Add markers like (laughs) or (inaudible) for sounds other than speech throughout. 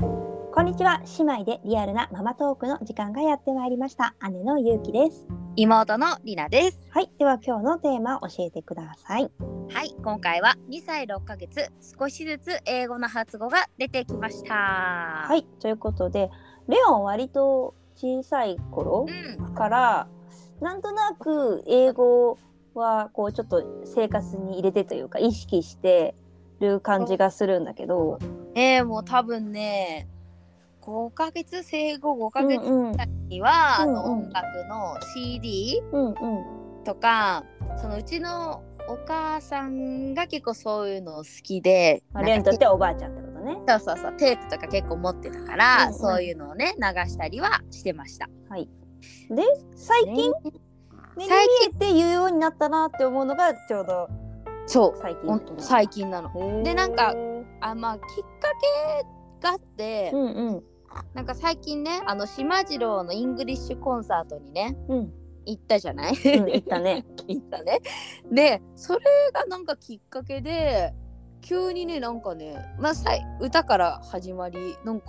こんにちは姉妹でリアルなママトークの時間がやってまいりました姉のゆうきです妹のりなですはいでは今日のテーマ教えてくださいはい今回は2歳6ヶ月少しずつ英語の発語が出てきましたははいということでレオン割と小さい頃うんからなんとなく英語はこうちょっと生活に入れてというか意識してる感じがするんだけどえー、もう多分ね5ヶ月生後5ヶうん月うんぐらいには、うんうんあの音楽の CD うんとかそのうちのお母さんが結構そういうの好きでうんなレオんンかとしてはおばあちゃんってことねそうそうそうテープとか結構持ってたから、うんうんそういうのをね流したりはしてました。はいで最近目に見最えて言うようになったなって思うのがちょうどそう最近ほんと最近なの。でなんかあまあきっかけがあって、うんうんなんか最近ねあの島次郎のイングリッシュコンサートにね (laughs) うんうん行ったじゃない、 (laughs) 言ったね行ったね。でそれがなんかきっかけで急にねなんかね、まあ、さい歌から始まりなんか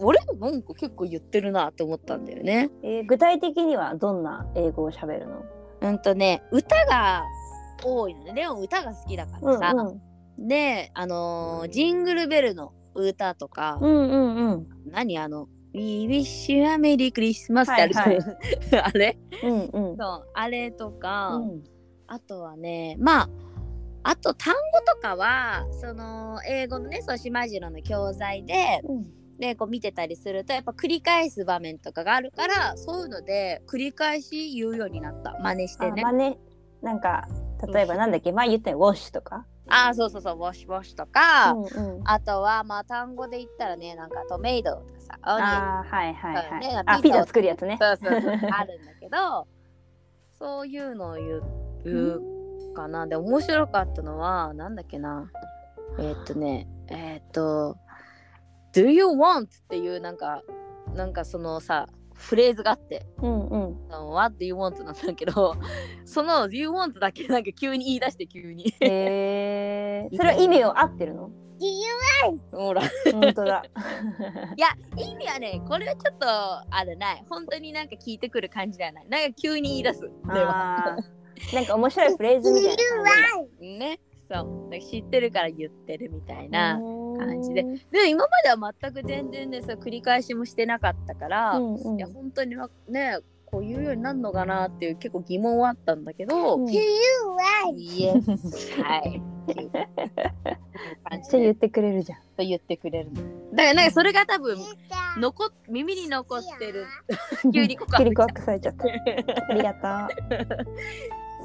俺なんか結構言ってるなと思ったんだよね。えー具体的にはどんな英語を喋るのうんとね歌が多いのねレオン歌が好きだからさ、であのージングルベルの歌とか、うんうんうんうん何あの「We wish you a merry Christmas」ってあるじゃん、はい (laughs) あれうんうんそうあれとか、うんあとはねまああと単語とかはその英語のねその島次郎の教材で、うんね、こう見てたりするとやっぱ繰り返す場面とかがあるからそういうので繰り返し言うようになった真似しあてねまあねなんか例えばなんだっけ前言ったよ「ウォッシュ」とかああそうそうそう「ウォシュウォシュ」とか、うんうんあとはまあ単語で言ったらねなんかトメイドとかさオニオンあーはいはいそうはねいあピピザザ作るやつねそうそうそうあるんだけどそういうのを言う言うかなで面白かったのはなんだっけなえーっとねえーっと「Do you want?」っていうなんかなんかそのさフレーズがあってうんうん「あの What do you want?」なんだけどその「Do you want?」だけなんか急に言い出して急に (laughs) へえ (laughs) それは意味を合ってるの Do you want? ほらい本当 (laughs) だや意味はねこれはちょっとあれない本当になんか聞いてくる感じではないなんか急に言い出すこれはあーなんか面白いフレーズみたいなねそうだから知ってるから言ってるみたいな、感じだ感じでも今までは全く全然ねそう繰り返しもしてなかったから、うんうんいや本当にわねこう言うようになるのかなっていう結構疑問はあったんだけど、うん Do you (laughs) like? Yes はいっていうめ感っじちゃ言っでてくれるじゃん言ってくれるのだからなんかそれが多分残っ耳に残ってる急に告白急に告白されちゃ (laughs) ったありがと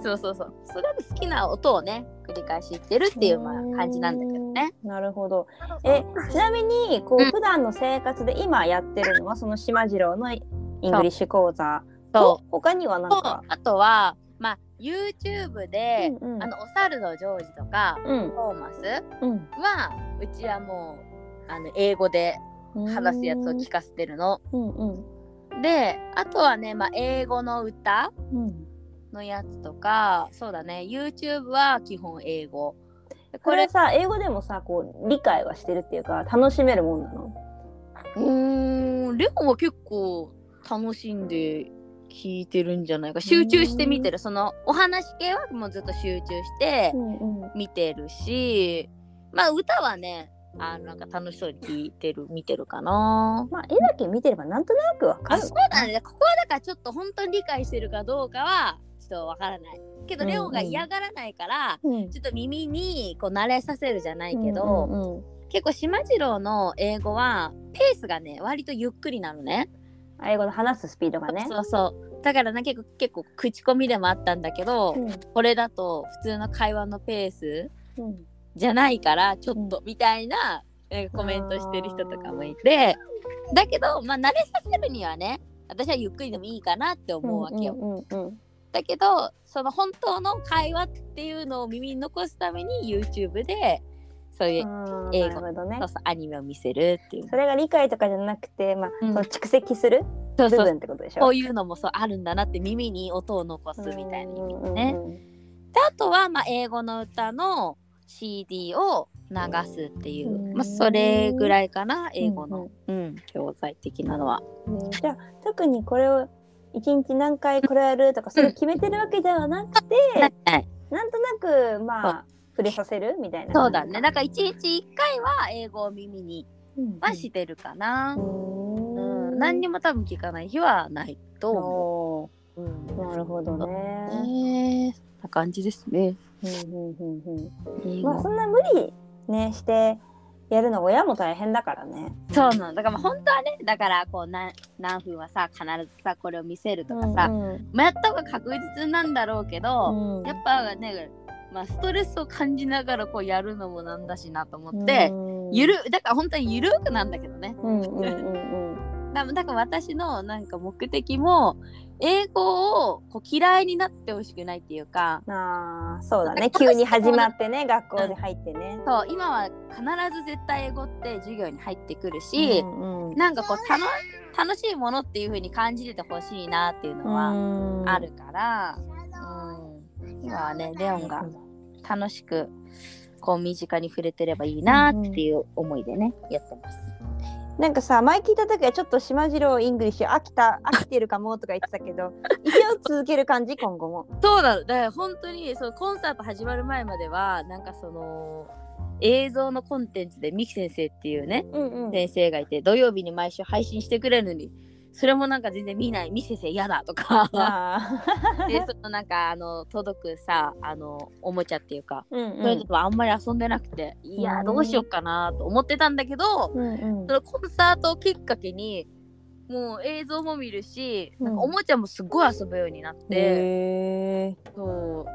そうそうそうそれで好きな音をね繰り返し言ってるっうていうまあ感じなんだけどねなるほどえちなみにこう普段の生活で今やってるのはその島次郎のイングリッシュ講座とそう他にはなんとかあとは、まあ、YouTube で、うんうんあのお猿のジョージとかうんトーマスうんはうちはもうあの英語で話すやつを聞かせてるの。うんうんであとはね、まあ、英語の歌うんのやつとかそうだね YouTube は基本英語。ここれれさ英語でもさこう理解はしてるっていうか楽しめるもんなのうーんレオンは結構楽しんで聞いてるんじゃないか集中して見てるそのお話系はもうずっと集中して。んうん見てるしまあ歌はねあのなんか楽しそうに聴いてる見てるかな。まあ絵だけ見てればなんとなくわかあるそうだねここはだからちょっと本当に理解してるかどうかはちょっとわからないけど、うんうんレオンが嫌がらないからうんちょっと耳にこう慣れさせるじゃないけど、うんうん結構島次郎の英語はペースがね割とゆっくりなのね。英語の話すスピードがねそうそうだからな結構結構口コミでもあったんだけど、これだと普通の会話のペースうんうんじゃないからちょっとみたいななんかコメントしてる人とかもいてだけどまあ慣れさせるにはね私はゆっくりでもいいかなって思うわけよ、うんうんうんだけどその本当の会話っていうのを耳に残すために YouTube でそういう,、うん、英語なるほどねそうそうアニメを見せるっていうそれが理解とかじゃなくて、まあ、うんその蓄積するそう部そう分ってことでしょ。こういうのもそうあるんだなって耳に音を残すみたいな意味でねうんうんうんであとはまあ英語の歌の CD を流すっていうう、んまあ、それぐらいかな英語の、うん、教材的なのは。ねじゃあ特にこれを一日何回これやるとかそれを決めてるわけではなくて、はいはい、なんとなくまあ触れさせるみたいな。そうだね。だから一日一回は英語を耳にうんうん。はしてるかな。う、うんん。何にも多分聞かない日はないと思も。う。うん、なるほどね。ねえ、な感じですね。うんうんうんうん英まあ語そんな無理ねしてやるの親も大変だからね。そうなの。だからまあ本当はね、だからこう何何分はさ、必ずさ、これを見せるとかさ、うんまあ、やった方が確実なんだろうけど、うんやっぱね、まあ、ストレスを感じながらこうやるのもなんだしなと思って、、ゆるだから本当にゆるくなんだけどね。うんうんうんうん。だだから私のなんか目的も英語をこう嫌いになってほしくないっていうか (laughs) ああそうだね急に始まってね学校で入ってね。そう今は必ず絶対英語って授業に入ってくるうし、んうんなんかこう楽楽しいものっていう風に感じててほしいなっていうのははあるから、うん今はねレオンが楽しくこう身近に触れてればいいなっていう思いでねやってます。なんかさ前聞いた時はちょっと島次郎イングリッシュ飽きた飽きてるかもとか言ってたけ (laughs) ど一応続ける感じ今後も。そうなのだから本当にそのコンサート始まる前まではなんかその映像のコンテンツでミキ先生っていうねうんうん。先生がいて土曜日に毎週配信してくれるのにそれもなんか全然見ないミキ先生嫌だ (laughs) とかああ。でそのなんかあの届くさあのおもちゃっていうかうんそういうのとはあんまり遊んでなくて、いやうんどうしようかなと思ってたんだけど、うんうんそのコンサートをきっかけにもう映像も見るし、なんかうんおもちゃもすごい遊ぶようになって。へえ。そ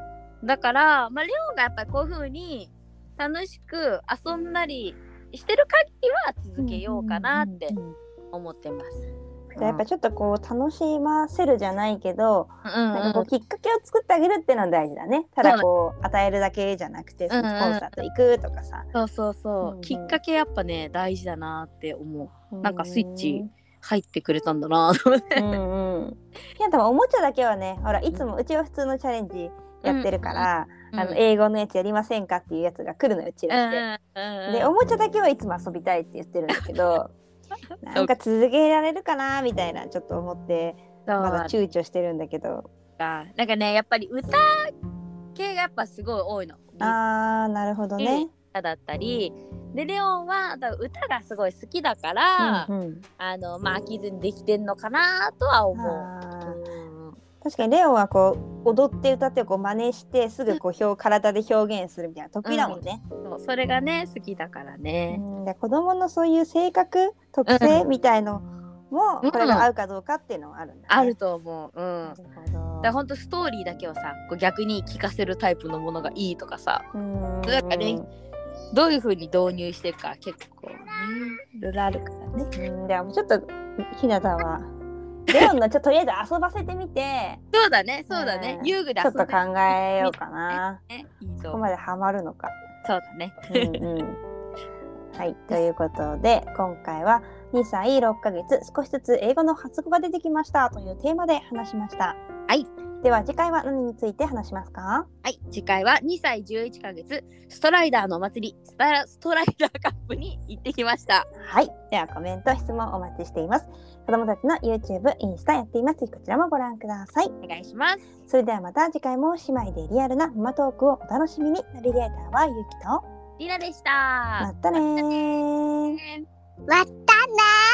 うだから、まあ、レオンがやっぱりこういう風に楽しく遊んだりしてる限りは続けようかなってうんうんうん思ってます。うんやっぱちょっとこう楽しませるじゃないけど、うんなんかこうきっかけを作ってあげるっていうのは大事だね。ただこう与えるだけじゃなくて、うんうんコンサート行くとかさ。そうそうそう、うんうんきっかけやっぱね大事だなって思うなんかスイッチ入ってくれたんだなと思ってうんうん。いやでもおもちゃだけはね、ほらいつもうちは普通のチャレンジやってるから、あの英語のやつやりませんかっていうやつが来るのよちうんらって。うんうんでおもちゃだけはいつも遊びたいって言ってるんだけ (laughs) ど。なんか続けられるかなみたいなちょっと思ってそうまだ躊躇してるんだけどかなんかねやっぱり歌系がやっぱすごい多いの。あーなるほどね。歌だったりでレオンはだから歌がすごい好きだから、うんうんあのまあ飽きずにできてんのかなとは思う。あーうん確かにレオンはこう踊って歌ってをこう真似してすぐこう表体で表現するみたいな得意だもんね。そうそれがね好きだからね。うん、で子供のそういう性格特性みたいのもうんこれが合うかどうかっていうのはあるんだ、ねあると思う。うん。なだるかほらどほんとストーリーだけをさこう逆に聞かせるタイプのものがいいとかさうんだからねどういうふうに導入していくか結構ねいろいろあるからね。うんでもちょっとひなたはレオンのちょっととりあえず遊ばせてみてそうだねそうだねうん遊具でちょっ遊んとで考えようかな。ねいいとここ思う。までハマるのか。そうだね。うんうん、はいということで今回は2歳6ヶ月少しずつ英語の発語が出てきましたというテーマで話しました。はいでは次回は何について話しますかはい次回は2歳11ヶ月ストライダーのお祭りスタラストライダーカップに行ってきました。はい。ではコメント、質問お待ちしています。子供たちの YouTube、インスタやっています。ぜひこちらもご覧ください。お願いします。それではまた次回も姉妹でリアルなママトークをお楽しみに。ナビゲーターはゆきと。りなでした。またねー。ねわったねー